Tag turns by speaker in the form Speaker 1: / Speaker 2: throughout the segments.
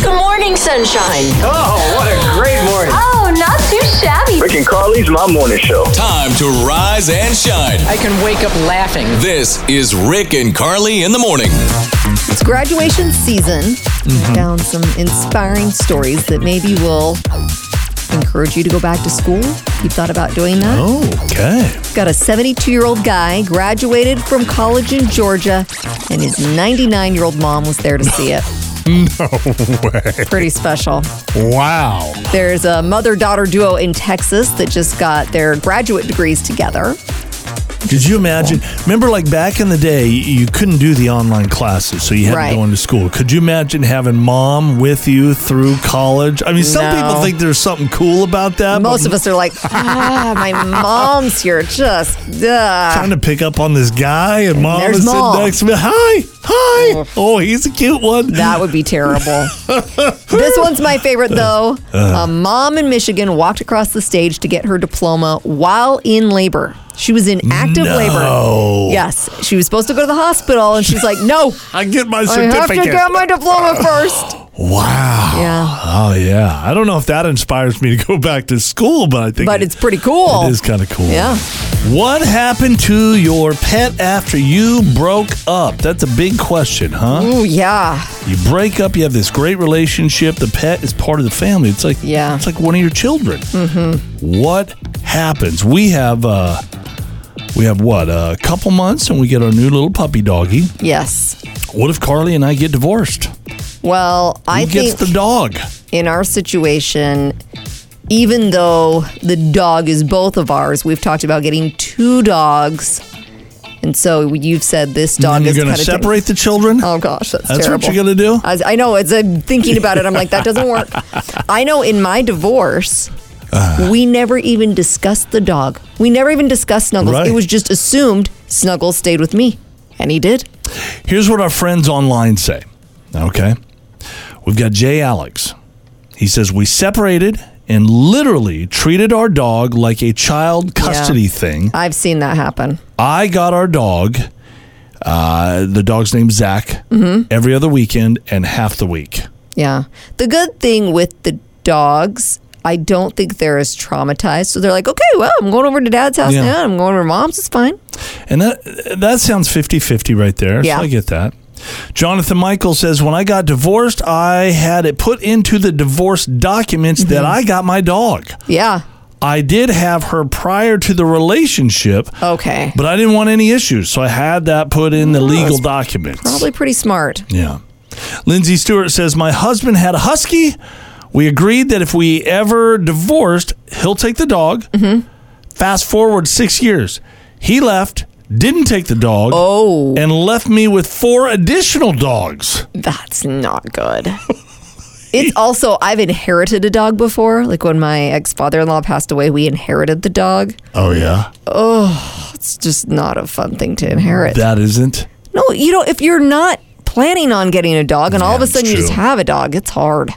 Speaker 1: morning sunshine.
Speaker 2: Oh, what a great morning.
Speaker 1: Oh, not too shabby.
Speaker 3: Rick and Carly's My Morning Show.
Speaker 4: Time to rise and shine.
Speaker 2: I can wake up laughing.
Speaker 4: This is Rick and Carly in the morning.
Speaker 5: It's graduation season. I found some inspiring stories that maybe will encourage you to go back to school. You thought about doing that?
Speaker 6: Oh, okay.
Speaker 5: Got a 72 year old guy graduated from college in Georgia, and his 99 year old mom was there to see it. no way. Pretty special.
Speaker 6: Wow.
Speaker 5: There's a mother daughter duo in Texas that just got their graduate degrees together.
Speaker 6: Could you imagine? Remember, like back in the day, you couldn't do the online classes, so you had
Speaker 5: Right.
Speaker 6: to go into school. Could you imagine having mom with you through college? I mean, some
Speaker 5: No.
Speaker 6: people think there's something cool about that. but
Speaker 5: Most of us are like, ah, my mom's here. Just, duh.
Speaker 6: trying to pick up on this guy, and mom
Speaker 5: there's
Speaker 6: is sitting
Speaker 5: Mom.
Speaker 6: next to me. Hi, hi. Oh, he's a cute one.
Speaker 5: That would be terrible. this one's my favorite, though. A mom in Michigan walked across the stage to get her diploma while in labor. She was in active
Speaker 6: No.
Speaker 5: labor. Yes. She was supposed to go to the hospital, and she's like, no,
Speaker 6: I get my
Speaker 5: I have to
Speaker 6: certificate.
Speaker 5: get my diploma first.
Speaker 6: wow.
Speaker 5: Yeah.
Speaker 6: Oh yeah. I don't know if that inspires me to go back to school, but I think
Speaker 5: But
Speaker 6: it-
Speaker 5: it's pretty cool.
Speaker 6: It is kind of cool.
Speaker 5: Yeah.
Speaker 6: What happened to your pet after you broke up? That's a big question, huh?
Speaker 5: Ooh, yeah.
Speaker 6: You break up, you have this great relationship. The pet is part of the family. It's like
Speaker 5: Yeah.
Speaker 6: it's like one of your children. Mm-hmm. What happens? We have uh, we have what a couple months, and we get our new little puppy doggy.
Speaker 5: Yes.
Speaker 6: What if Carly and I get divorced?
Speaker 5: Well, I
Speaker 6: Who gets
Speaker 5: think
Speaker 6: the dog?
Speaker 5: in our situation, even though the dog is both of ours, we've talked about getting two dogs. And so you've said this dog
Speaker 6: and
Speaker 5: is
Speaker 6: you're
Speaker 5: kind
Speaker 6: going
Speaker 5: of
Speaker 6: to separate the children?
Speaker 5: Oh gosh, that's,
Speaker 6: That's what
Speaker 5: terrible.
Speaker 6: you're gonna do?
Speaker 5: I, I know. It's I'm thinking about it. I'm like, that doesn't work. I know. In my divorce,
Speaker 6: Uh.
Speaker 5: we never even discussed the dog. We never even discussed Snuggles.
Speaker 6: Right.
Speaker 5: It was just assumed Snuggles stayed with me, and he did.
Speaker 6: Here's what our friends online say. Okay. We've got Jay Alex. He says, We separated and literally treated our dog like a child custody thing.
Speaker 5: I've seen that happen.
Speaker 6: I got our dog, uh, the dog's name's Zach, every other weekend and half the week.
Speaker 5: Yeah. The good thing with the dogs, I don't think they're as traumatized. So they're like, okay, well, I'm going over to dad's house
Speaker 6: Yeah.
Speaker 5: now. I'm going over to mom's. It's fine.
Speaker 6: And that that sounds 50-50 right there.
Speaker 5: Yeah.
Speaker 6: So I get that. Jonathan Michael says, When I got divorced, I had it put into the divorce documents that I got my dog.
Speaker 5: Yeah.
Speaker 6: I did have her prior to the relationship,
Speaker 5: Okay.
Speaker 6: but I didn't want any issues, so I had that put in the legal documents.
Speaker 5: Probably pretty smart.
Speaker 6: Yeah. Lindsay Stewart says, My husband had a husky. We agreed that if we ever divorced, he'll take the dog. Fast forward six years. He left, didn't take the dog,
Speaker 5: Oh.
Speaker 6: and left me with four additional dogs.
Speaker 5: That's not good. It's also, I've inherited a dog before. Like when my ex father in law passed away, we inherited the dog.
Speaker 6: Oh, yeah.
Speaker 5: It's just not a fun thing to inherit.
Speaker 6: That isn't.
Speaker 5: no, you know, if you're not planning on getting a dog and all of a
Speaker 6: it's
Speaker 5: sudden you just
Speaker 6: true.
Speaker 5: have a dog, it's hard.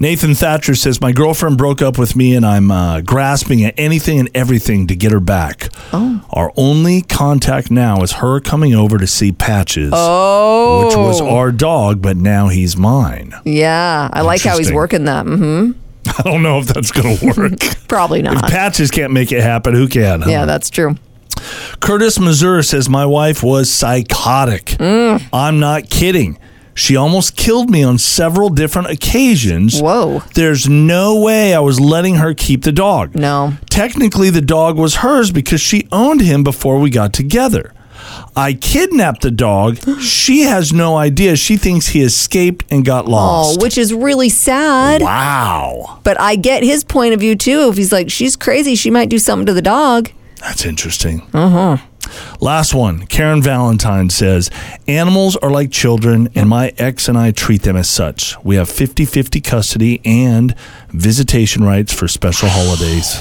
Speaker 6: Nathan Thatcher says, My girlfriend broke up with me, and I'm uh, grasping at anything and everything to get her back.
Speaker 5: Oh.
Speaker 6: Our only contact now is her coming over to see Patches,
Speaker 5: Oh.
Speaker 6: which was our dog, but now he's mine.
Speaker 5: Yeah, I like how he's
Speaker 6: Interesting.
Speaker 5: working that. hmm
Speaker 6: I don't know if that's going to work.
Speaker 5: Probably
Speaker 6: if
Speaker 5: not.
Speaker 6: Patches can't make it happen, who can? huh?
Speaker 5: Yeah, that's true.
Speaker 6: Curtis, Missouri says, My wife was psychotic.
Speaker 5: Mm.
Speaker 6: I'm not kidding. She almost killed me on several different occasions.
Speaker 5: Whoa.
Speaker 6: There's no way I was letting her keep the dog.
Speaker 5: No.
Speaker 6: Technically, the dog was hers because she owned him before we got together. I kidnapped the dog. she has no idea. She thinks he escaped and got
Speaker 5: Oh,
Speaker 6: lost.
Speaker 5: which is really sad.
Speaker 6: wow.
Speaker 5: But I get his point of view too. If he's like, she's crazy, she might do something to the dog.
Speaker 6: That's interesting. Uh huh. Last one. Karen Valentine says Animals are like children, and my ex and I treat them as such. We have 50 50 custody and visitation rights for special holidays.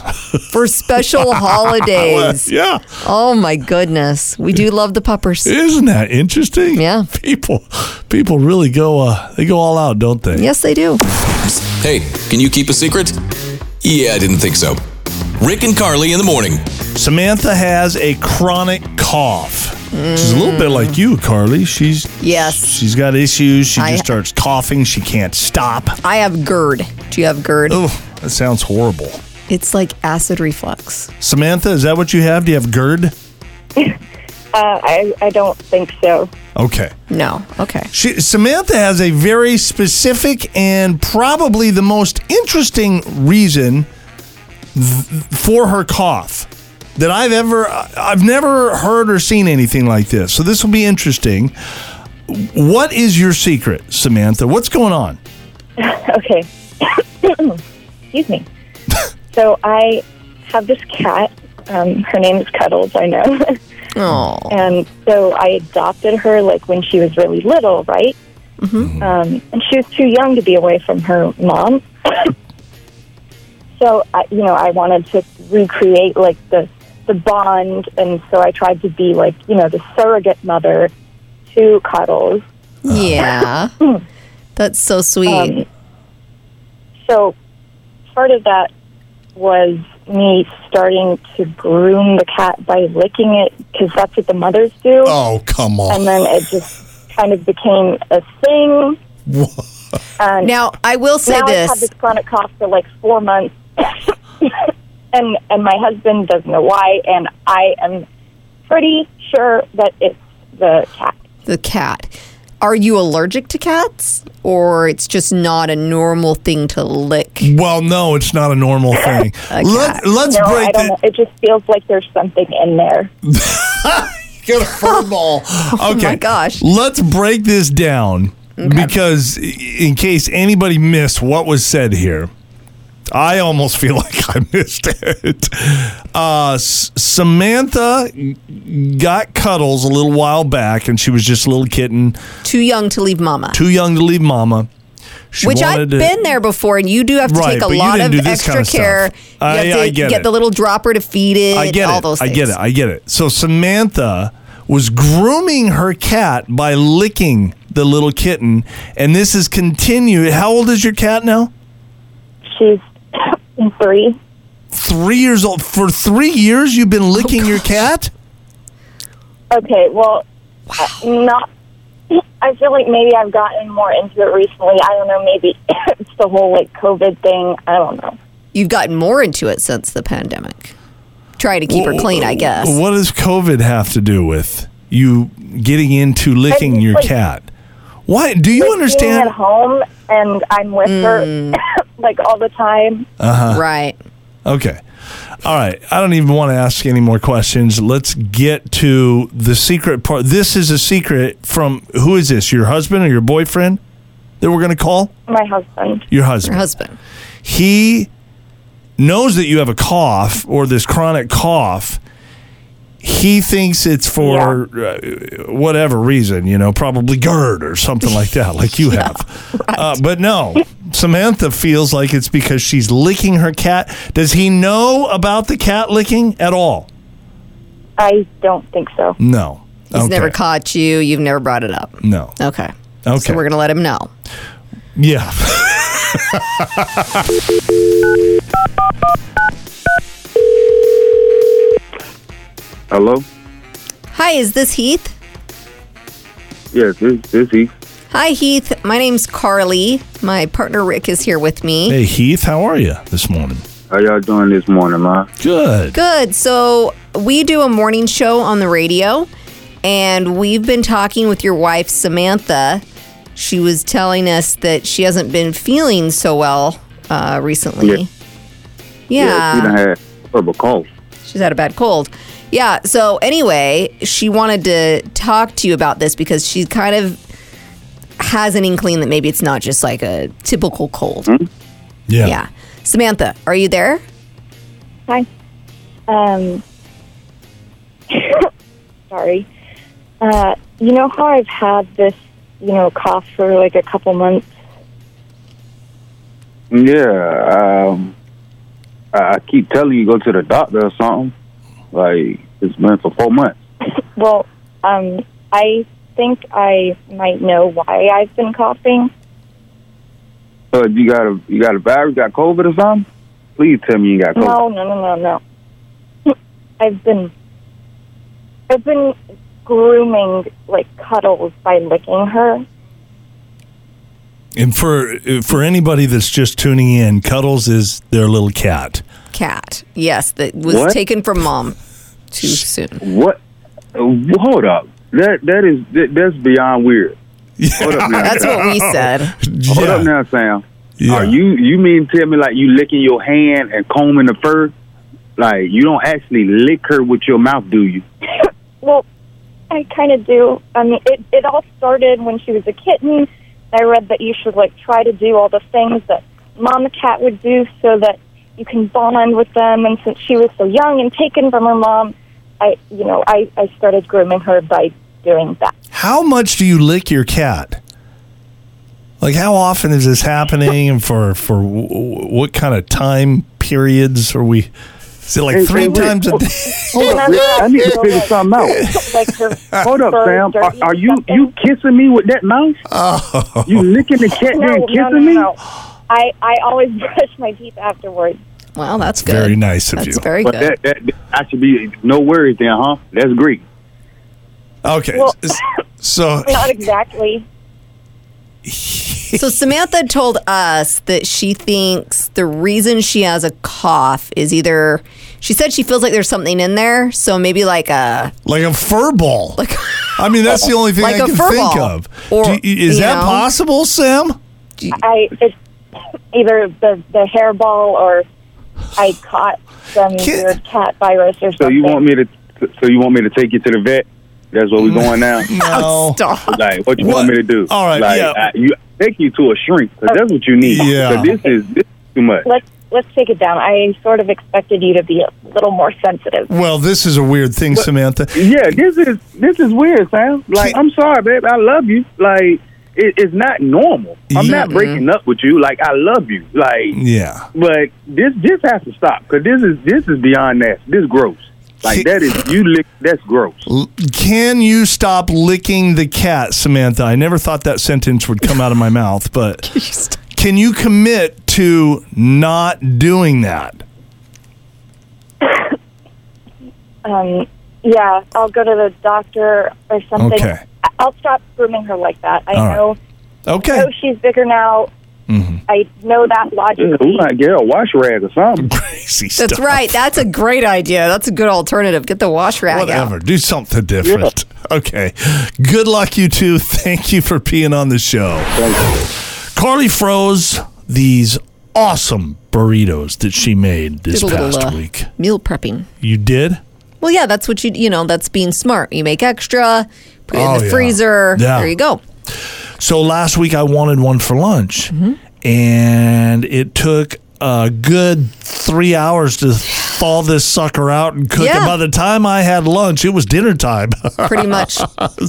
Speaker 5: For special holidays.
Speaker 6: yeah.
Speaker 5: Oh my goodness. We do love the puppers.
Speaker 6: Isn't that interesting?
Speaker 5: Yeah.
Speaker 6: People people really go uh they go all out, don't they?
Speaker 5: Yes, they do.
Speaker 4: Hey, can you keep a secret? Yeah, I didn't think so. Rick and Carly in the morning.
Speaker 6: Samantha has a chronic cough. She's a little bit like you, Carly. She's
Speaker 5: Yes.
Speaker 6: she's got issues. She
Speaker 5: I-
Speaker 6: just starts coughing. She can't stop.
Speaker 5: I have GERD. Do you have GERD?
Speaker 6: Oh, that sounds horrible.
Speaker 5: It's like acid reflux.
Speaker 6: Samantha, is that what you have? Do you have GERD?
Speaker 7: Uh, I, I don't think so.
Speaker 6: Okay.
Speaker 5: No. Okay.
Speaker 6: She, Samantha has a very specific and probably the most interesting reason th- for her cough that I've ever I- I've never heard or seen anything like this. So this will be interesting. What is your secret, Samantha? What's going on?
Speaker 7: Okay. Excuse me. so I have this cat. Um, her name is Cuddles, I know.
Speaker 5: Oh.
Speaker 7: and so I adopted her like when she was really little, right? Um, and she was too young to be away from her mom. so, I, you know, I wanted to recreate like the, the bond. And so I tried to be like, you know, the surrogate mother to Cuddles.
Speaker 5: Yeah. That's so sweet.
Speaker 7: Um, so part of that was me starting to groom the cat by licking it because that's what the mothers do.
Speaker 6: Oh, come
Speaker 7: And then it just kind of became a thing. And
Speaker 5: now, I will say
Speaker 7: now I've had
Speaker 5: this.
Speaker 7: this chronic cough for like four months. and, and my husband doesn't know why. And I am pretty sure that it's the cat.
Speaker 5: the cat. Are you allergic to cats or it's just not a normal thing to lick?
Speaker 6: Well, no, it's not a normal thing. Let, let's
Speaker 7: No, I
Speaker 6: break
Speaker 7: don't know.
Speaker 6: the
Speaker 7: It just feels like there's something in there.
Speaker 6: get a fur ball. Okay.
Speaker 5: Oh my gosh.
Speaker 6: Let's break this down because i- in case anybody missed what was said here. I almost feel like I missed it. Uh, S- Samantha got cuddles a little while back, and she was just a little kitten,
Speaker 5: Too young to leave mama.
Speaker 6: too young to leave mama. She
Speaker 5: Which I've
Speaker 6: wanted to-
Speaker 5: been there before, and you do have to
Speaker 6: Right,
Speaker 5: take a
Speaker 6: but you
Speaker 5: lot
Speaker 6: didn't
Speaker 5: of
Speaker 6: do this
Speaker 5: extra
Speaker 6: kind of stuff.
Speaker 5: care. You
Speaker 6: I-
Speaker 5: have to
Speaker 6: I get it.
Speaker 5: the little dropper to feed it.
Speaker 6: I get
Speaker 5: all
Speaker 6: it.
Speaker 5: those
Speaker 6: I
Speaker 5: things.
Speaker 6: get it. I get it. So Samantha was grooming her cat by licking the little kitten, and this is continued. How old is your cat now?
Speaker 7: She's three.
Speaker 6: Three years old. For three years, you've been
Speaker 5: Oh,
Speaker 6: licking your cat.
Speaker 7: Okay, well, I- not. I feel like maybe I've gotten more into it recently. I don't know. Maybe it's the whole like COVID thing. I don't know.
Speaker 5: You've gotten more into it since the pandemic. Trying to keep her clean, I guess.
Speaker 6: What does COVID have to do with you getting into licking
Speaker 7: It's
Speaker 6: your
Speaker 7: like-
Speaker 6: cat? Why do you
Speaker 7: Like, Being
Speaker 6: understand? Mm.
Speaker 7: at home and I'm with her like all the time.
Speaker 5: right.
Speaker 6: Okay. All right. I don't even want to ask any more questions. Let's get to the secret part. This is a secret from who is this? Your husband or your boyfriend that we're going to call?
Speaker 7: My husband.
Speaker 6: Your
Speaker 5: Her
Speaker 6: husband.
Speaker 5: husband.
Speaker 6: he knows that you have a cough or this chronic cough. He thinks it's for uh, whatever reason, you know, probably GERD or something like that, like you have. Uh, but no, Samantha feels like it's because she's licking her cat. Does he know about the cat licking at all?
Speaker 7: I don't think so.
Speaker 6: No.
Speaker 5: He's never caught you. You've never brought it up.
Speaker 6: No.
Speaker 5: Okay.
Speaker 6: Okay.
Speaker 5: So we're going to let him know.
Speaker 6: Yeah.
Speaker 8: Hello?
Speaker 5: Hi, is this Heath?
Speaker 8: Yes, this this he.
Speaker 5: Hi, Heath. My name's Carly. My partner Rick is here with me.
Speaker 6: Hey, Heath, how are you this morning?
Speaker 8: How y'all doing this morning, ma?
Speaker 6: Good.
Speaker 5: Good. So we do a morning show on the radio, and we've been talking with your wife, Samantha. She was telling us that she hasn't been feeling so well uh, recently.
Speaker 8: Yeah, she done had horrible cough.
Speaker 5: She's had a bad cold. Yeah. So anyway, she wanted to talk to you about this because she kind of has an inkling that maybe it's not just like a typical cold.
Speaker 6: Yeah.
Speaker 5: Yeah. Samantha, are you there?
Speaker 7: Hi. Um. sorry. Uh, you know how I've had this, you know, cough for like a couple months.
Speaker 8: Yeah, um, I I keep telling you go to the doctor or something. Like it's been for four months.
Speaker 7: Well, um, I think I might know why I've been coughing.
Speaker 8: So if you got a you got a virus, got COVID or something? Please tell me you got COVID.
Speaker 7: No, no, no, no, no. I've been, I've been grooming like cuddles by licking her.
Speaker 6: And for for anybody that's just tuning in, Cuddles is their little cat.
Speaker 5: Cat. Yes, that was
Speaker 8: What?
Speaker 5: taken from mom too soon.
Speaker 8: What? Uh, hold up. That that is that, that's beyond weird. Hold up now.
Speaker 5: That's what we said.
Speaker 8: Hold up now, Sam.
Speaker 6: Yeah.
Speaker 8: Are you you mean tell me like you licking your hand and combing the fur? Like you don't actually lick her with your mouth, do you?
Speaker 7: Well, I kind of do. I mean, it, it all started when she was a kitten. I read that you should like try to do all the things that mama cat would do so that you can bond with them. And since she was so young and taken from her mom, I you know I I started grooming her by doing that.
Speaker 6: How much do you lick your cat? Like how often is this happening, and for for w- w- what kind of time periods are we? Is it like
Speaker 8: Hey,
Speaker 6: three
Speaker 8: hey, wait.
Speaker 6: times a day?
Speaker 8: Hold up, I need to figure something out.
Speaker 7: Like her
Speaker 8: Hold up,
Speaker 7: fur
Speaker 8: Sam. Are,
Speaker 7: dirty
Speaker 8: are
Speaker 7: and
Speaker 8: you
Speaker 7: stuff.
Speaker 8: you kissing me with that mouth? You licking the cat
Speaker 7: No,
Speaker 8: and
Speaker 7: no,
Speaker 8: kissing
Speaker 7: no,
Speaker 8: me?
Speaker 7: no. I I always brush my teeth afterwards.
Speaker 5: Well, that's good.
Speaker 6: Very nice of
Speaker 5: That's
Speaker 6: you.
Speaker 5: very
Speaker 8: But
Speaker 5: good.
Speaker 8: that, that I should be no worries then, huh? That's great.
Speaker 6: Okay,
Speaker 7: Well-
Speaker 6: s- so
Speaker 7: Not exactly.
Speaker 5: So Samantha told us that she thinks the reason she has a cough is either she said she feels like there's something in there, so maybe like a
Speaker 6: like a fur ball. I mean, that's the only thing
Speaker 5: Like
Speaker 6: I
Speaker 5: a
Speaker 6: can
Speaker 5: fur
Speaker 6: think
Speaker 5: ball.
Speaker 6: of.
Speaker 5: Or,
Speaker 6: do, is
Speaker 5: you
Speaker 6: that
Speaker 5: know.
Speaker 6: possible, Sam?
Speaker 7: I it's either the the hairball or I caught some
Speaker 6: Kid-
Speaker 7: weird cat virus or something.
Speaker 8: So you want me to? So you want me to take you to the vet? That's where we going now.
Speaker 6: Mm. No.
Speaker 5: stop.
Speaker 8: Like what you
Speaker 6: What?
Speaker 8: want me to do?
Speaker 6: All right,
Speaker 8: Like,
Speaker 6: yeah.
Speaker 8: I, you take you to a shrink 'cause that's what you need.
Speaker 6: Yeah.
Speaker 8: 'Cause This is, this is too much.
Speaker 7: Let's let's take it down. I sort of expected you to be a little more sensitive.
Speaker 6: Well, this is a weird thing, Samantha.
Speaker 8: Yeah, this is this is weird, Sam. Like
Speaker 6: Can-
Speaker 8: I'm sorry, babe. I love you. Like it, it's not normal. I'm
Speaker 6: Yeah.
Speaker 8: not breaking up with you. Like I love you. Like
Speaker 6: Yeah.
Speaker 8: But this this has to stop because this is this is beyond that. This gross. Like that is you lick. That's gross.
Speaker 6: L- Can you stop licking the cat, Samantha? I never thought that sentence would come out of my mouth, but can you commit to not doing that?
Speaker 7: Um, yeah, I'll go to the doctor or something.
Speaker 6: Okay.
Speaker 7: I- I'll stop grooming her like that. I
Speaker 6: All right.
Speaker 7: know I
Speaker 6: Okay.
Speaker 7: know she's bigger now.
Speaker 8: Mm-hmm.
Speaker 7: I know that
Speaker 8: Yeah,
Speaker 7: logically.
Speaker 8: we might get a wash rag or something.
Speaker 6: Crazy
Speaker 5: That's
Speaker 6: stuff.
Speaker 5: right. That's a great idea. That's a good alternative. Get the wash rag
Speaker 6: Whatever.
Speaker 5: out.
Speaker 6: Do something different. Okay. Good luck, you two. Thank you for being on the show. Carly froze these awesome burritos that she made this
Speaker 5: Did a little
Speaker 6: past
Speaker 5: uh,
Speaker 6: week.
Speaker 5: meal prepping.
Speaker 6: You did?
Speaker 5: Well, yeah, that's what you you know. That's being smart. You make extra, put it
Speaker 6: Oh,
Speaker 5: in the
Speaker 6: yeah.
Speaker 5: freezer.
Speaker 6: Yeah.
Speaker 5: There you go.
Speaker 6: So last week I wanted one for lunch, and it took a good three hours to thaw this sucker out and cook it.
Speaker 5: Yeah.
Speaker 6: By the time I had lunch, it was dinner time.
Speaker 5: Pretty much.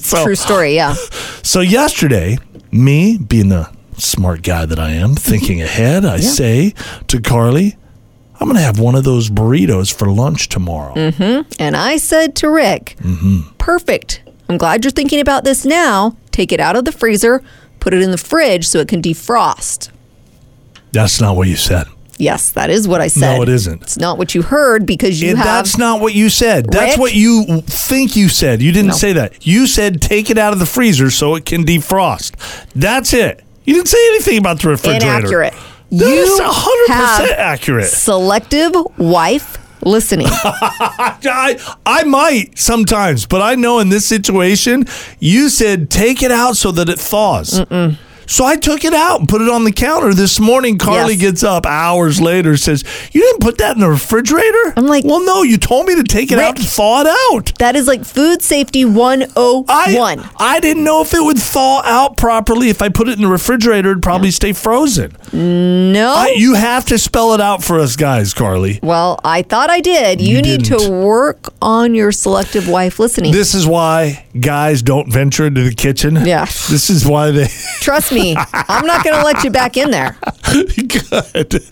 Speaker 6: so,
Speaker 5: True story. Yeah.
Speaker 6: so yesterday, me being the smart guy that I am, thinking ahead, I say to Carly, I'm going to have one of those burritos for lunch tomorrow.
Speaker 5: Mm. And I said to Rick,
Speaker 6: Mm-hmm.
Speaker 5: perfect. I'm glad you're thinking about this now. Take it out of the freezer, put it in the fridge so it can defrost.
Speaker 6: That's not what you said.
Speaker 5: Yes, that is what I said.
Speaker 6: No, it isn't.
Speaker 5: It's not what you heard because you
Speaker 6: It-
Speaker 5: have.
Speaker 6: that's not what you said. That's
Speaker 5: Rick?
Speaker 6: what you think you said. You didn't
Speaker 5: No.
Speaker 6: say that. You said take it out of the freezer so it can defrost. That's it. You didn't say anything about the refrigerator.
Speaker 5: Inaccurate.
Speaker 6: That
Speaker 5: You
Speaker 6: is 100%
Speaker 5: have
Speaker 6: accurate.
Speaker 5: Selective wife listening.
Speaker 6: I, I might sometimes, but I know in this situation, you said take it out so that it thaws. So I took it out and put it on the counter this morning. Carly
Speaker 5: Yes.
Speaker 6: gets up hours later says, "You didn't put that in the refrigerator."
Speaker 5: I'm like,
Speaker 6: "Well, no, you told me to take it out
Speaker 5: Rick,
Speaker 6: and thaw it out."
Speaker 5: that is like food safety 101.
Speaker 6: I I didn't know if it would thaw out properly. If I put it in the refrigerator, it'd probably stay frozen.
Speaker 5: no.
Speaker 6: I- you have to spell it out for us guys, Carly.
Speaker 5: well, I thought I did. You,
Speaker 6: You
Speaker 5: need to
Speaker 6: didn't.
Speaker 5: work on your selective wife listening.
Speaker 6: This is why guys don't venture into the kitchen.
Speaker 5: Yeah.
Speaker 6: This is why they
Speaker 5: Trust me, I'm not going to let you back in there.
Speaker 6: good.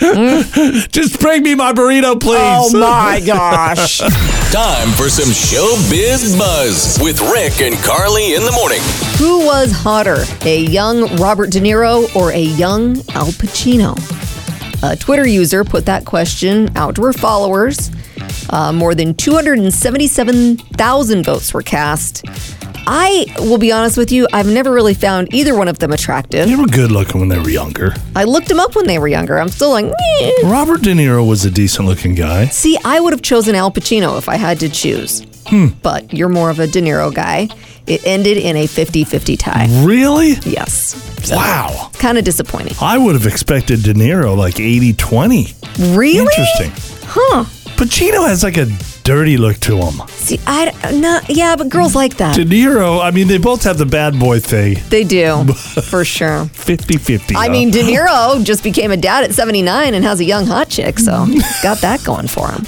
Speaker 5: Mm.
Speaker 6: Just bring me my burrito, please.
Speaker 5: Oh, gosh.
Speaker 4: Time for some showbiz buzz with Rick and Carly in the morning.
Speaker 5: Who was hotter, a young Robert De Niro or a young Al Pacino? A Twitter user put that question out to her followers. Uh, more than 277,000 votes were cast. I will be honest with you, I've never really found either one of them attractive.
Speaker 6: They were good looking when they were younger.
Speaker 5: I looked them up when they were younger. I'm still like, "Meh."
Speaker 6: Robert De Niro was a decent looking guy.
Speaker 5: see, I would have chosen Al Pacino if I had to choose. But you're more of a De Niro guy. It ended in a 50 50 tie.
Speaker 6: Really?
Speaker 5: Yes.
Speaker 6: Wow.
Speaker 5: Kind of disappointing.
Speaker 6: I would have expected De Niro like 80 20.
Speaker 5: Really?
Speaker 6: Interesting.
Speaker 5: Huh.
Speaker 6: Pacino has like a dirty look to him.
Speaker 5: See, I no, yeah, but girls like that.
Speaker 6: De Niro, I mean, they both have the bad boy thing
Speaker 5: they do, for sure.
Speaker 6: 50 50.
Speaker 5: I mean, De Niro just became a dad at 79 and has a young hot chick, so got that going for him.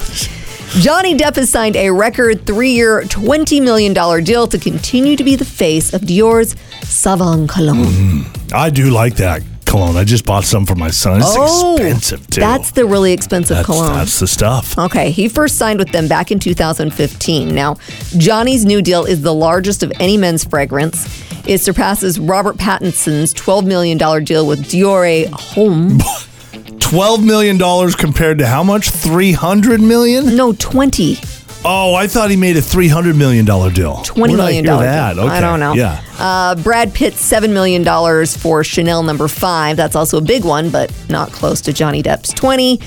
Speaker 5: Johnny Depp has signed a record three year, $20 million deal to continue to be the face of Dior's Savon Cologne.
Speaker 6: Mm-hmm. I do like that cologne. I just bought some for my son. It's expensive too.
Speaker 5: Oh, That's the really expensive
Speaker 6: that's,
Speaker 5: cologne.
Speaker 6: that's the stuff.
Speaker 5: Okay, he first signed with them back in 2015. Now, Johnny's new deal is the largest of any men's fragrance. It surpasses Robert Pattinson's $12 million deal with Dior Homme.
Speaker 6: $12 million compared to how much? $300 million?
Speaker 5: No, 20.
Speaker 6: Oh, I thought he made a $300 million deal.
Speaker 5: $20
Speaker 6: Where'd I
Speaker 5: million
Speaker 6: hear
Speaker 5: dollar
Speaker 6: that?
Speaker 5: deal. I
Speaker 6: Okay,
Speaker 5: don't know.
Speaker 6: Yeah.
Speaker 5: Uh, Brad Pitt's $7 million for Chanel number five. That's also a big one, but not close to Johnny Depp's 20.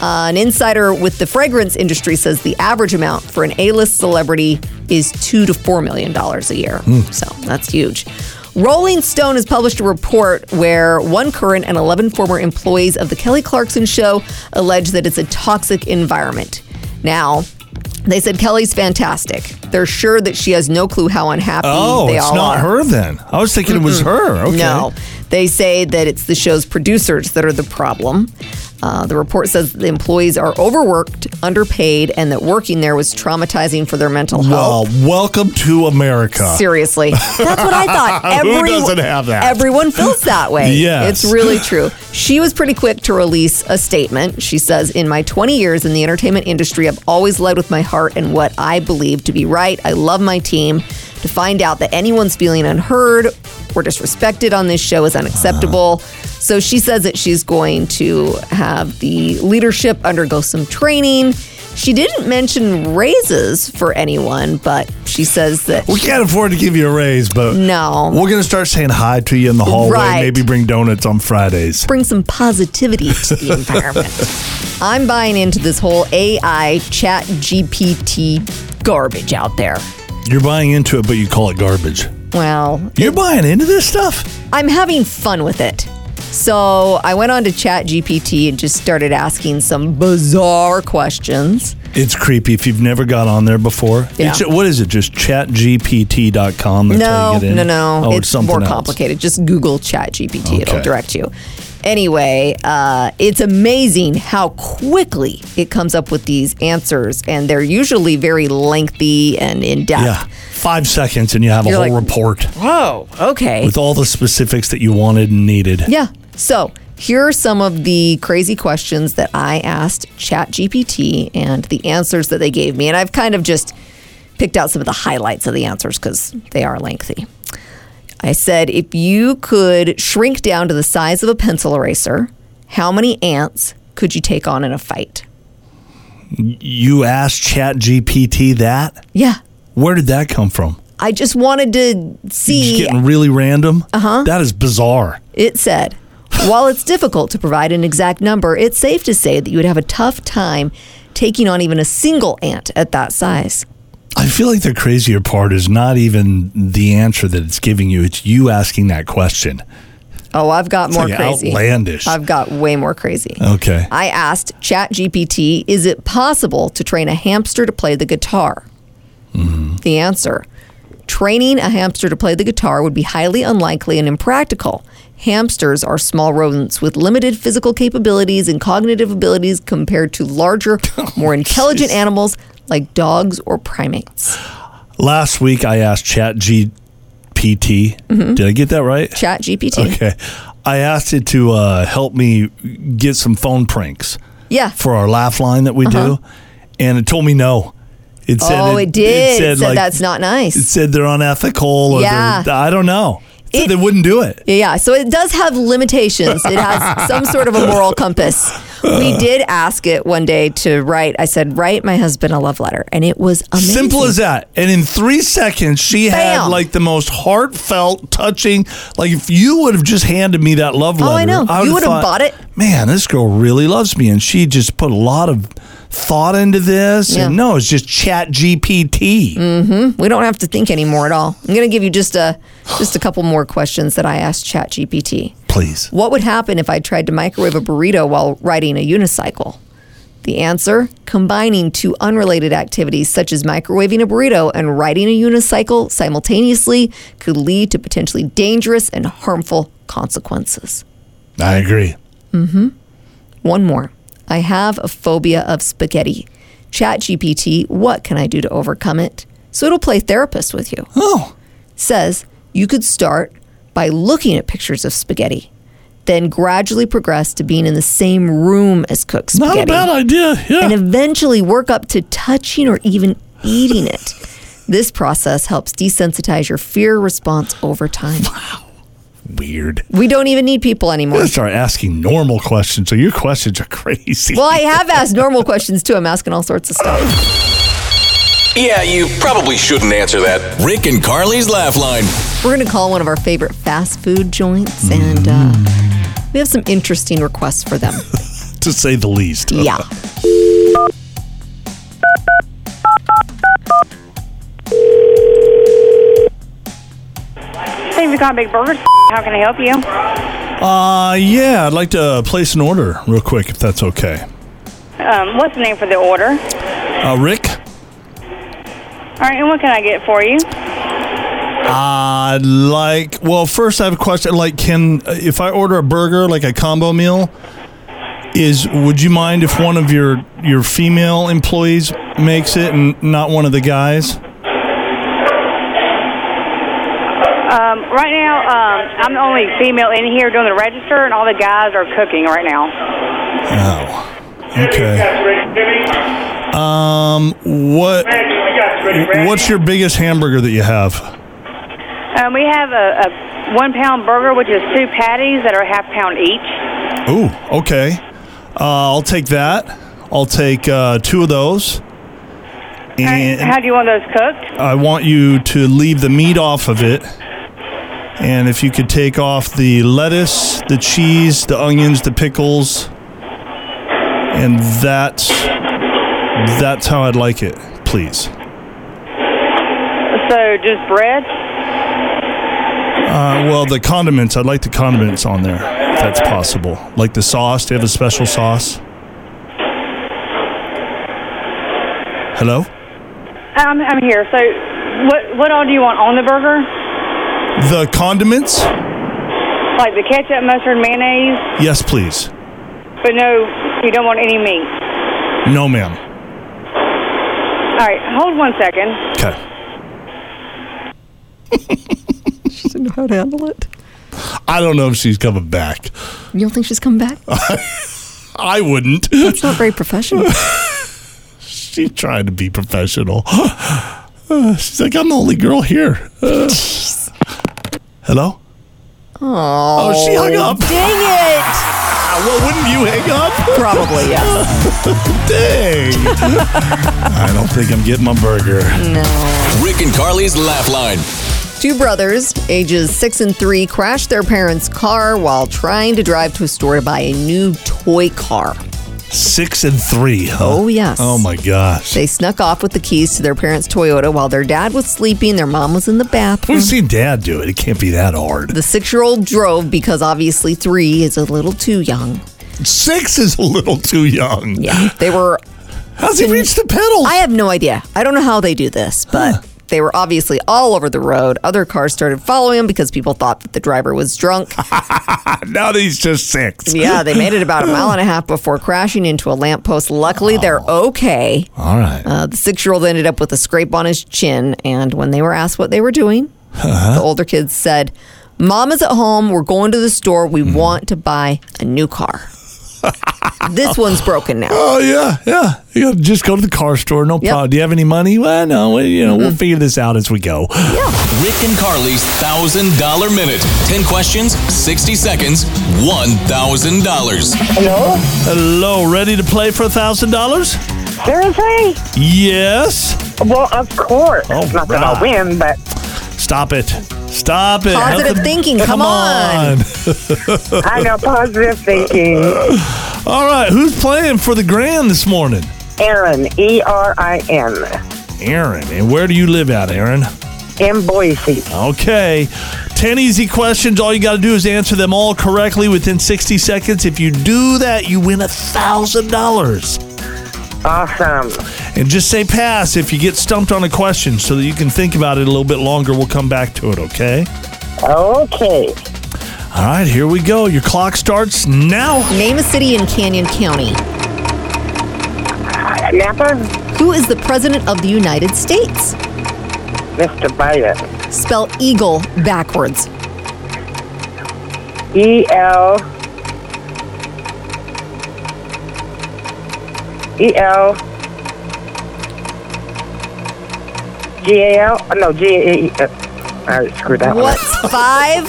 Speaker 5: Uh, an insider with the fragrance industry says the average amount for an A-list celebrity is two to four million dollars a year.
Speaker 6: Hmm.
Speaker 5: So that's huge. Rolling Stone has published a report where one current and 11 former employees of the Kelly Clarkson show allege that it's a toxic environment. Now, they said Kelly's fantastic. They're sure that she has no clue how unhappy
Speaker 6: Oh,
Speaker 5: they
Speaker 6: it's
Speaker 5: all
Speaker 6: not
Speaker 5: are.
Speaker 6: her then. I was thinking it was her. Okay.
Speaker 5: No. They say that it's the show's producers that are the problem. Uh, the report says the employees are overworked, underpaid, and that working there was traumatizing for their mental
Speaker 6: Well,
Speaker 5: health.
Speaker 6: welcome to America.
Speaker 5: Seriously. That's what I thought.
Speaker 6: Who doesn't have that?
Speaker 5: Everyone feels that way.
Speaker 6: Yes.
Speaker 5: It's really true. She was pretty quick to release a statement. She says, In my 20 years in the entertainment industry, I've always led with my heart and what I believe to be right. I love my team. To find out that anyone's feeling unheard or disrespected on this show is unacceptable. So she says that she's going to have the leadership undergo some training. She didn't mention raises for anyone, but she says that
Speaker 6: We can't afford to give you a raise, but
Speaker 5: No.
Speaker 6: we're gonna start saying hi to you in the hallway.
Speaker 5: Right.
Speaker 6: Maybe bring donuts on Fridays.
Speaker 5: bring some positivity to the environment. I'm buying into this whole AI chat GPT garbage out there.
Speaker 6: You're buying into it, but you call it garbage.
Speaker 5: Well,
Speaker 6: You're buying into this stuff.
Speaker 5: I'm having fun with it. So I went on to chat GPT and just started asking some bizarre questions.
Speaker 6: It's creepy if you've never got on there before.
Speaker 5: Yeah.
Speaker 6: It's, what is it? Just chatgpt.com. That's how
Speaker 5: No,
Speaker 6: you get in?
Speaker 5: no, no.
Speaker 6: Oh, it's,
Speaker 5: it's
Speaker 6: something
Speaker 5: more
Speaker 6: else.
Speaker 5: complicated. Just Google Chat GPT, it'll
Speaker 6: Okay.
Speaker 5: direct you. Anyway, uh, it's amazing how quickly it comes up with these answers, and they're usually very lengthy and in depth.
Speaker 6: Yeah. Five seconds and you have
Speaker 5: You're
Speaker 6: a whole
Speaker 5: like-
Speaker 6: report
Speaker 5: Whoa, okay.
Speaker 6: with all the specifics that you wanted and needed.
Speaker 5: Yeah. So here are some of the crazy questions that I asked ChatGPT and the answers that they gave me. And I've kind of just picked out some of the highlights of the answers because they are lengthy. I said, if you could shrink down to the size of a pencil eraser, how many ants could you take on in a fight?
Speaker 6: You asked ChatGPT that?
Speaker 5: Yeah.
Speaker 6: Where did that come from?
Speaker 5: I just wanted to
Speaker 6: Just
Speaker 5: see.
Speaker 6: getting really random? Uh
Speaker 5: Uh-huh.
Speaker 6: huh. That is bizarre.
Speaker 5: It said, while it's difficult to provide an exact number, it's safe to say that you would have a tough time taking on even a single ant at that size.
Speaker 6: I feel like the crazier part is not even the answer that it's giving you, it's you asking that question.
Speaker 5: Oh, I've got more
Speaker 6: like
Speaker 5: crazy.
Speaker 6: outlandish.
Speaker 5: I've got way more crazy.
Speaker 6: Okay.
Speaker 5: I asked ChatGPT, is it possible to train a hamster to play the guitar? The answer training a hamster to play the guitar would be highly unlikely and impractical. Hamsters are small rodents with limited physical capabilities and cognitive abilities compared to larger, more intelligent animals like dogs or primates.
Speaker 6: Last week I asked ChatGPT.
Speaker 5: Mm-hmm.
Speaker 6: Did I get that right?
Speaker 5: ChatGPT.
Speaker 6: Okay. I asked it to uh, help me get some phone pranks
Speaker 5: Yeah.
Speaker 6: for our laugh line that we do, and it told me no. It said
Speaker 5: Uh-huh. oh, it, did. It said,
Speaker 6: like-
Speaker 5: that's not nice.
Speaker 6: It said they're unethical, or
Speaker 5: Yeah.
Speaker 6: they're, I don't know. It said
Speaker 5: It-
Speaker 6: they wouldn't do it.
Speaker 5: Yeah, yeah. So it does have limitations. It has some sort of a moral compass.
Speaker 6: Uh.
Speaker 5: we did ask it one day to write. I said, "Write my husband a love letter," and it was amazing.
Speaker 6: Simple as that. And in three seconds, she had
Speaker 5: Bam.
Speaker 6: like the most heartfelt, touching. Like if you would have just handed me that love
Speaker 5: Oh,
Speaker 6: letter,
Speaker 5: I know. You would have
Speaker 6: thought,
Speaker 5: bought it.
Speaker 6: Man, this girl really loves me, and she just put a lot of thought into this. And
Speaker 5: Yeah. Mm.
Speaker 6: no, it's just Chat GPT.
Speaker 5: We don't have to think anymore at all. I'm going to give you just a just a couple more questions that I asked ChatGPT.
Speaker 6: Please,
Speaker 5: What would happen if I tried to microwave a burrito while riding a unicycle? The answer combining two unrelated activities, such as microwaving a burrito and riding a unicycle simultaneously, could lead to potentially dangerous and harmful consequences. Mm-hmm.
Speaker 6: I agree.
Speaker 5: One more. I have a phobia of spaghetti. ChatGPT, what can I do to overcome it? So it'll play therapist with you
Speaker 6: Oh,
Speaker 5: says you could start by looking at pictures of spaghetti, then gradually progress to being in the same room as cooked
Speaker 6: not
Speaker 5: spaghetti,
Speaker 6: a bad idea. Yeah.
Speaker 5: and eventually work up to touching or even eating it. This process helps desensitize your fear response over time.
Speaker 6: Weird.
Speaker 5: We don't even need people anymore.
Speaker 6: I start asking normal questions, so your questions are crazy.
Speaker 5: Well, I have asked normal questions too. I'm asking all sorts of stuff.
Speaker 4: Yeah, you probably shouldn't answer that. Rick and Carly's Laugh Line.
Speaker 5: We're going to call one of our favorite fast food joints, and uh, we have some interesting requests for them.
Speaker 6: to say the least.
Speaker 5: Yeah.
Speaker 9: Hey, we got big burgers. How can I help you?
Speaker 6: Uh, yeah, I'd like to place an order real quick, if that's okay.
Speaker 9: Um, what's the name for the order? All
Speaker 6: Uh, Rick,
Speaker 9: right, and what can I get for you?
Speaker 6: I'd like. Well, first I have a question. Like, can if I order a burger, like a combo meal, is would you mind if one of your your female employees makes it and not one of the guys?
Speaker 9: Um, right now, um, I'm the only female in here doing the register, and all the guys are cooking right now.
Speaker 6: Oh, okay. Um, what what's your biggest hamburger that you have?
Speaker 9: Um, we have a, a one pound burger, which is two patties that are half pound each.
Speaker 6: Ooh, okay. Uh, I'll take that. I'll take uh, two of those. And
Speaker 9: How do you want those cooked?
Speaker 6: I want you to leave the meat off of it. And if you could take off the lettuce, the cheese, the onions, the pickles, and that's that's how I'd like it, please.
Speaker 9: So just bread?
Speaker 6: Uh, well, the condiments, I'd like the condiments on there, if that's possible. Like the sauce, do you have a special sauce? Hello?
Speaker 9: I'm, I'm here. So what what all do you want on the burger?
Speaker 6: The condiments?
Speaker 9: Like the ketchup, mustard, mayonnaise,
Speaker 6: Yes, please.
Speaker 9: but no, you don't want any meat.
Speaker 6: No, ma'am.
Speaker 9: All right, hold one second.
Speaker 6: Okay.
Speaker 5: She doesn't know how to handle it.
Speaker 6: I don't know if she's coming back.
Speaker 5: You don't think she's coming back?
Speaker 6: I wouldn't.
Speaker 5: It's not very professional.
Speaker 6: She tried to be professional. Uh, she's like, I'm the only girl here. Uh, hello? Oh, she hung up. Ah,
Speaker 5: Dang it!
Speaker 6: Well, wouldn't you hang up?
Speaker 5: Probably, yes.
Speaker 6: Dang. I don't think I'm getting my burger.
Speaker 4: Rick and Carly's Laugh Line.
Speaker 5: Two brothers, ages six and three, crashed their parents' car while trying to drive to a store to buy a new toy car.
Speaker 6: Six and three, huh?
Speaker 5: Oh, yes.
Speaker 6: Oh, my gosh.
Speaker 5: They snuck off with the keys to their parents' Toyota while their dad was sleeping, their mom was in the bathroom.
Speaker 6: We've seen dad do it. It can't be that hard.
Speaker 5: The six year old drove because obviously three is a little too young.
Speaker 6: Six is a little too young.
Speaker 5: Yeah. They were
Speaker 6: How's he reach the pedals?
Speaker 5: I have no idea. I don't know how they do this, but they were obviously all over the road. Other cars started following them because people thought that the driver was drunk.
Speaker 6: now that he's just six.
Speaker 5: yeah, they made it about a mile and a half before crashing into a lamppost. Luckily, they're okay.
Speaker 6: All right.
Speaker 5: Uh, the six year old ended up with a scrape on his chin. And when they were asked what they were doing, the older kids said, Mom is at home. We're going to the store. We want to buy a new car. This one's broken now.
Speaker 6: Oh yeah, yeah. You gotta just go to the car store. No
Speaker 5: Yep.
Speaker 6: problem. Do you have any money? Well, no. we- you know, we'll figure this out as we go.
Speaker 4: Rick and Carly's $1,000 minute. 10 questions, 60 seconds, $1,000.
Speaker 10: Hello?
Speaker 6: Hello, ready to play for a thousand dollars?
Speaker 10: Seriously?
Speaker 6: Yes.
Speaker 10: Well, of course.
Speaker 6: All
Speaker 10: Not that I'll
Speaker 6: right.
Speaker 10: win, but
Speaker 6: Stop it. Stop it.
Speaker 5: Positive
Speaker 6: Nothing-
Speaker 5: thinking, come on.
Speaker 10: I know positive thinking.
Speaker 6: All right, who's playing for the grand this morning?
Speaker 10: Aaron, E R I N,
Speaker 6: Aaron. And where do you live at, Aaron?
Speaker 10: in Boise.
Speaker 6: Okay. 10 easy questions. All you got to do is answer them all correctly within 60 seconds. If you do that, you win $1,000.
Speaker 10: Awesome.
Speaker 6: And just say pass if you get stumped on a question so that you can think about it a little bit longer. We'll come back to it, okay?
Speaker 10: Okay.
Speaker 6: All right, here we go. Your clock starts now.
Speaker 5: Name a city in Canyon County.
Speaker 10: Napa,
Speaker 5: Who is the president of the United States?
Speaker 10: Mr. Biden.
Speaker 5: Spell eagle backwards.
Speaker 10: E L. E L. G A L? Oh, No, G A E. uh, I screwed that one. up.
Speaker 5: What's five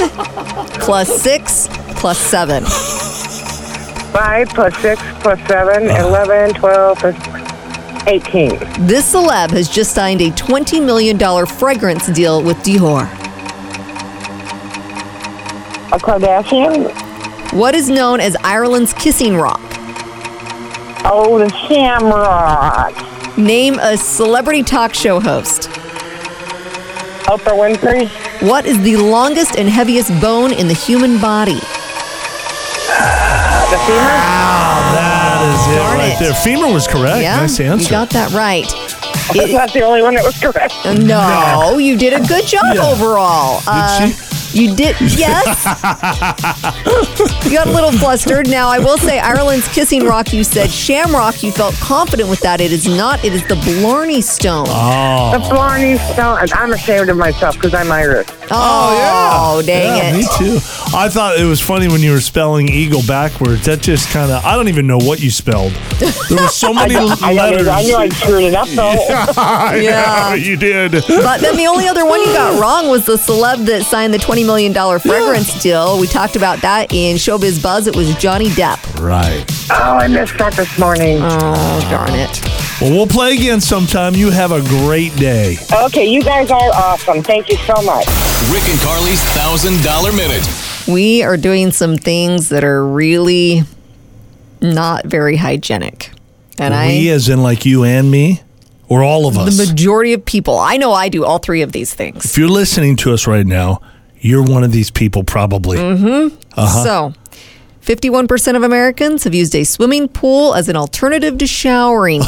Speaker 5: plus six plus seven?
Speaker 10: 5 plus 6 plus 7, 11, 12, plus 18.
Speaker 5: This celeb has just signed a $20 million fragrance deal with Dior.
Speaker 10: A Kardashian?
Speaker 5: What is known as Ireland's kissing rock?
Speaker 10: Oh, the Shamrock.
Speaker 5: Name a celebrity talk show host.
Speaker 10: Oprah Winfrey?
Speaker 5: What is the longest and heaviest bone in the human body?
Speaker 10: The femur?
Speaker 6: That is it
Speaker 5: Darn
Speaker 6: right
Speaker 5: it.
Speaker 6: there. Femur was correct. nice
Speaker 5: you
Speaker 6: answer.
Speaker 5: got that right.
Speaker 10: That's not the only one that was correct.
Speaker 5: No, you did a good job
Speaker 6: Yeah.
Speaker 5: overall. Uh, you did, yes. you got a little flustered. Now, I will say Ireland's Kissing Rock, you said Shamrock, you felt confident with that. It is not, it is the Blarney Stone. Oh,
Speaker 10: The Blarney Stone. and I'm ashamed of myself because I'm Irish.
Speaker 5: oh dang
Speaker 6: yeah,
Speaker 5: it.
Speaker 6: me too. I thought it was funny when you were spelling eagle backwards. That just kind of, I don't even know what you spelled. There were so many
Speaker 10: I, know-
Speaker 6: letters.
Speaker 10: I knew I screwed it up, though.
Speaker 6: I
Speaker 5: Yeah.
Speaker 6: know, you did.
Speaker 5: But then the only other one you got wrong was the celeb that signed the $20 million fragrance deal. We talked about that in Showbiz Buzz. It was Johnny Depp.
Speaker 6: Right.
Speaker 10: Oh, I missed that this morning.
Speaker 5: Oh, darn it.
Speaker 6: Well, we'll play again sometime. You have a great day.
Speaker 10: Okay, you guys are awesome. Thank you so much.
Speaker 4: Rick and Carly's $1,000 minute.
Speaker 5: We are doing some things that are really not very hygienic. And
Speaker 6: we,
Speaker 5: I,
Speaker 6: as in like you and me, or all of us.
Speaker 5: the majority of people, I know I do all three of these things.
Speaker 6: if you're listening to us right now, you're one of these people probably.
Speaker 5: Mm-hmm. So, 51% of Americans have used a swimming pool as an alternative to showering.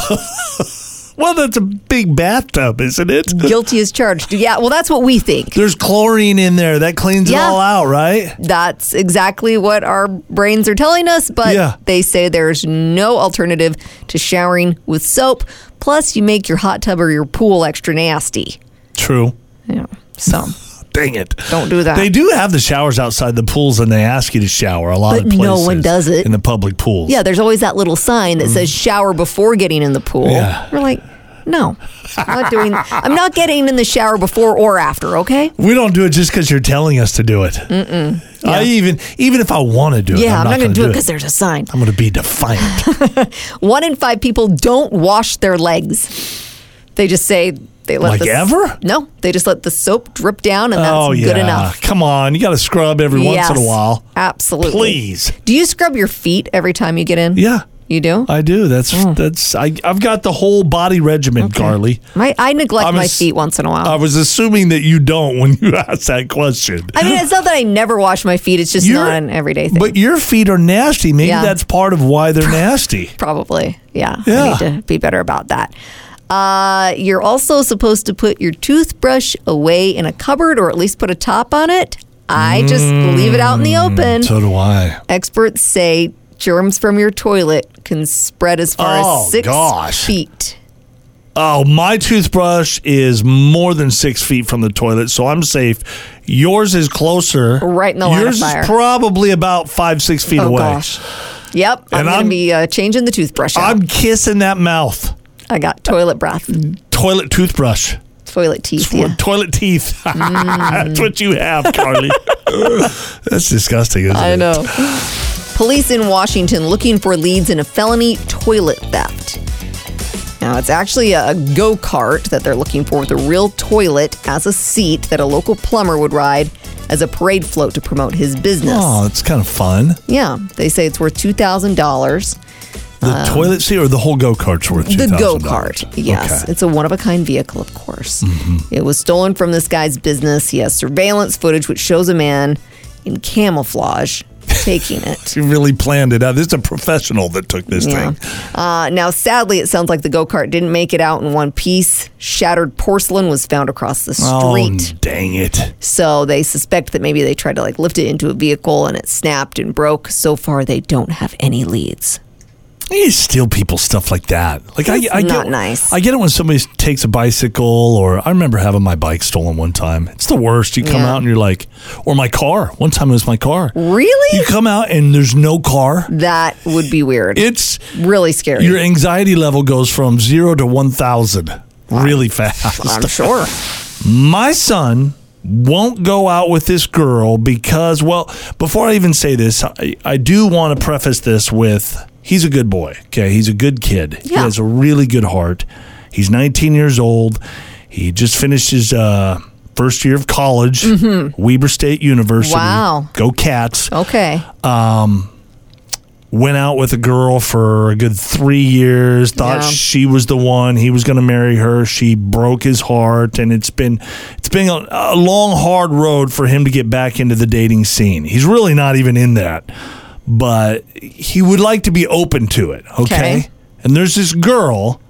Speaker 6: Well, that's a big bathtub, isn't it?
Speaker 5: Guilty as charged. Yeah, well, that's what we think.
Speaker 6: There's chlorine in there. That cleans
Speaker 5: Yeah.
Speaker 6: it all out, right?
Speaker 5: That's exactly what our brains are telling us, but
Speaker 6: Yeah.
Speaker 5: they say there's no alternative to showering with soap. Plus, you make your hot tub or your pool extra nasty.
Speaker 6: True.
Speaker 5: Yeah. So,
Speaker 6: Dang it.
Speaker 5: Don't do that.
Speaker 6: They do have the showers outside the pools and they ask you to shower a lot
Speaker 5: But
Speaker 6: of places.
Speaker 5: no one does it.
Speaker 6: In the public pools.
Speaker 5: yeah, there's always that little sign that says shower before getting in the pool.
Speaker 6: Yeah.
Speaker 5: We're like, no, I'm not doing, I'm not getting in the shower before or after, okay?
Speaker 6: We don't do it just because you're telling us to do it. Mm-mm. I even, even if I want to do it,
Speaker 5: Yeah,
Speaker 6: I'm, not
Speaker 5: going to do it because
Speaker 6: it.
Speaker 5: there's a sign.
Speaker 6: I'm going to be defiant.
Speaker 5: One in five people don't wash their legs. They just say they let
Speaker 6: Like
Speaker 5: the,
Speaker 6: ever?
Speaker 5: No, they just let the soap drip down, and that's
Speaker 6: oh, yeah.
Speaker 5: good enough.
Speaker 6: Come on. You got to scrub every once in
Speaker 5: Yes,
Speaker 6: a while.
Speaker 5: absolutely.
Speaker 6: Please.
Speaker 5: Do you scrub your feet every time you get in?
Speaker 6: Yeah.
Speaker 5: you do.
Speaker 6: I do. That's,
Speaker 5: Mm.
Speaker 6: that's, I, I've got the whole body regimen, Carly.
Speaker 5: my, I neglect
Speaker 6: I'm
Speaker 5: my
Speaker 6: ass-
Speaker 5: feet once in a while.
Speaker 6: I was assuming that you don't when you asked that question.
Speaker 5: I mean, it's not that I never wash my feet. It's just
Speaker 6: You're-
Speaker 5: not an everyday thing.
Speaker 6: But your feet are nasty. Maybe
Speaker 5: Yeah.
Speaker 6: that's part of why they're nasty.
Speaker 5: Probably, yeah. I
Speaker 6: Yeah.
Speaker 5: need to be better about that. Uh, you're also supposed to put your toothbrush away in a cupboard, or at least put a top on it. I just leave it out in the open.
Speaker 6: Mm. So do I.
Speaker 5: Experts say germs from your toilet can spread as far
Speaker 6: Oh,
Speaker 5: as six
Speaker 6: gosh.
Speaker 5: feet.
Speaker 6: Oh, my toothbrush is more than six feet from the toilet, so I'm safe. Yours is closer.
Speaker 5: Right in the line of
Speaker 6: Yours
Speaker 5: fire.
Speaker 6: is probably about five, six feet
Speaker 5: Oh
Speaker 6: away.
Speaker 5: gosh. Yep. I'm
Speaker 6: And
Speaker 5: going
Speaker 6: I'm-
Speaker 5: to be uh, changing the toothbrush. out.
Speaker 6: I'm kissing that mouth.
Speaker 5: I got toilet breath,
Speaker 6: Toilet toothbrush.
Speaker 5: toilet teeth.
Speaker 6: Well,
Speaker 5: Yeah.
Speaker 6: Toilet teeth. That's what you have, Carly. That's disgusting, isn't
Speaker 5: I
Speaker 6: it?
Speaker 5: know. Police in Washington looking for leads in a felony toilet theft. Now, it's actually a go kart that they're looking for with a real toilet as a seat that a local plumber would ride as a parade float to promote his business.
Speaker 6: Oh, it's kind of fun.
Speaker 5: Yeah, they say it's worth $2,000.
Speaker 6: The toilet seat or the whole go kart's worth
Speaker 5: Um, The
Speaker 6: $2,000?
Speaker 5: go kart. Yes.
Speaker 6: Okay. Mm-hmm.
Speaker 5: It's a one of a kind vehicle, of course. It was stolen from this guy's business. He has surveillance footage which shows a man in camouflage taking it.
Speaker 6: You really planned it out. This is a professional that took this
Speaker 5: Yeah.
Speaker 6: thing.
Speaker 5: Uh, now, sadly, it sounds like the go kart didn't make it out in one piece. Shattered porcelain was found across the street.
Speaker 6: Oh, dang it.
Speaker 5: So they suspect that maybe they tried to like lift it into a vehicle and it snapped and broke. So far, they don't have any leads.
Speaker 6: You steal people's stuff like that. Like I,
Speaker 5: That's
Speaker 6: I
Speaker 5: not
Speaker 6: get,
Speaker 5: nice.
Speaker 6: I get it when somebody takes a bicycle, or I remember having my bike stolen one time. It's the worst. You come
Speaker 5: Yeah.
Speaker 6: out and you're like, or my car. One time it was my car.
Speaker 5: Really?
Speaker 6: You come out and there's no car.
Speaker 5: That would be weird.
Speaker 6: It's
Speaker 5: really scary.
Speaker 6: your anxiety level goes from zero to one thousand really fast.
Speaker 5: I'm sure.
Speaker 6: my son won't go out with this girl because well before i even say this i, I do want to preface this with he's a good boy okay he's a good kid he
Speaker 5: Yeah.
Speaker 6: has a really good heart he's 19 years old he just finished his uh, first year of college weber state university
Speaker 5: Mm-hmm. Wow.
Speaker 6: go cats
Speaker 5: Okay.
Speaker 6: went out with a girl for a good three years thought
Speaker 5: Yeah.
Speaker 6: she was the one he was going to marry her she broke his heart and it's been it's been a, a long hard road for him to get back into the dating scene he's really not even in that but he would like to be open to it okay,
Speaker 5: Okay.
Speaker 6: and there's this girl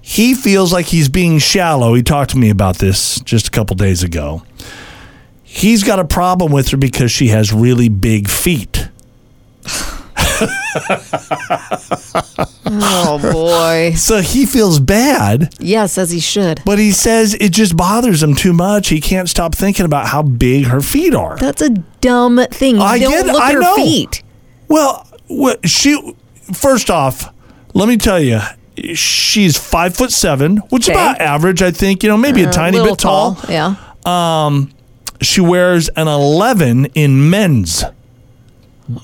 Speaker 6: he feels like he's being shallow he talked to me about this just a couple days ago he's got a problem with her because she has really big feet
Speaker 5: Oh, boy.
Speaker 6: So he feels bad,
Speaker 5: Yes, as he should.
Speaker 6: but he says it just bothers him too much. He can't stop thinking about how big her feet are.
Speaker 5: That's a dumb thing.
Speaker 6: I
Speaker 5: Don't
Speaker 6: get it.
Speaker 5: look
Speaker 6: I
Speaker 5: at her
Speaker 6: know.
Speaker 5: feet.
Speaker 6: Well, what she first off, let me tell you, she's five foot seven, which
Speaker 5: Okay.
Speaker 6: is
Speaker 5: Uh,
Speaker 6: about average, I think. You know, maybe a tiny
Speaker 5: Little
Speaker 6: bit tall.
Speaker 5: Yeah.
Speaker 6: She wears an eleven in men's.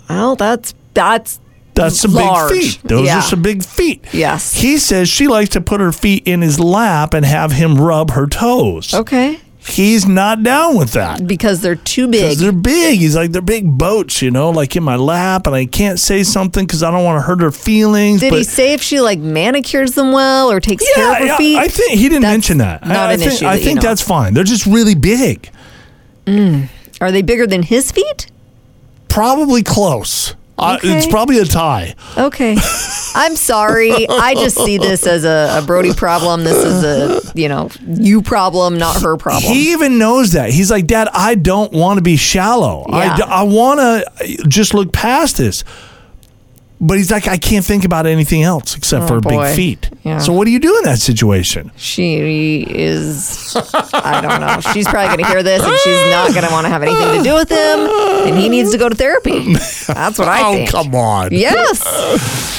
Speaker 5: Well, that's that's
Speaker 6: That's some
Speaker 5: Large.
Speaker 6: big feet. Those
Speaker 5: Yeah.
Speaker 6: are some big feet.
Speaker 5: Yes.
Speaker 6: He says she likes to put her feet in his lap and have him rub her toes.
Speaker 5: okay
Speaker 6: He's not down with that.
Speaker 5: because they're too
Speaker 6: Because
Speaker 5: big.
Speaker 6: they're big. He's like, they're big boats, you know, like in my lap, and I can't say something because I don't want to hurt her feelings.
Speaker 5: Did
Speaker 6: but
Speaker 5: he say if she like manicures them well or takes care of her
Speaker 6: yeah, yeah,
Speaker 5: feet?
Speaker 6: I think he didn't
Speaker 5: That's
Speaker 6: mention that. I-
Speaker 5: not
Speaker 6: I,
Speaker 5: an
Speaker 6: think,
Speaker 5: issue
Speaker 6: I
Speaker 5: that you
Speaker 6: think
Speaker 5: know
Speaker 6: that's fine. They're just really big.
Speaker 5: Are they bigger than his feet?
Speaker 6: Probably close. I-
Speaker 5: Okay.
Speaker 6: it's probably a tie.
Speaker 5: Okay. I'm sorry. I just see this as a, a Brody problem. This is a you know you problem, not her problem.
Speaker 6: He even knows that. He's like, Dad, I don't want to be shallow.
Speaker 5: Yeah.
Speaker 6: I, want to just look past this. But he's like, I can't think about anything else except for her
Speaker 5: Oh, boy.
Speaker 6: big feet.
Speaker 5: Yeah.
Speaker 6: So, what do you do in that situation?
Speaker 5: she is. I don't know. She's probably gonna hear this and she's not gonna want to have anything to do with him. And he needs to go to therapy. That's what I
Speaker 6: oh,
Speaker 5: think.
Speaker 6: come on.
Speaker 5: Yes.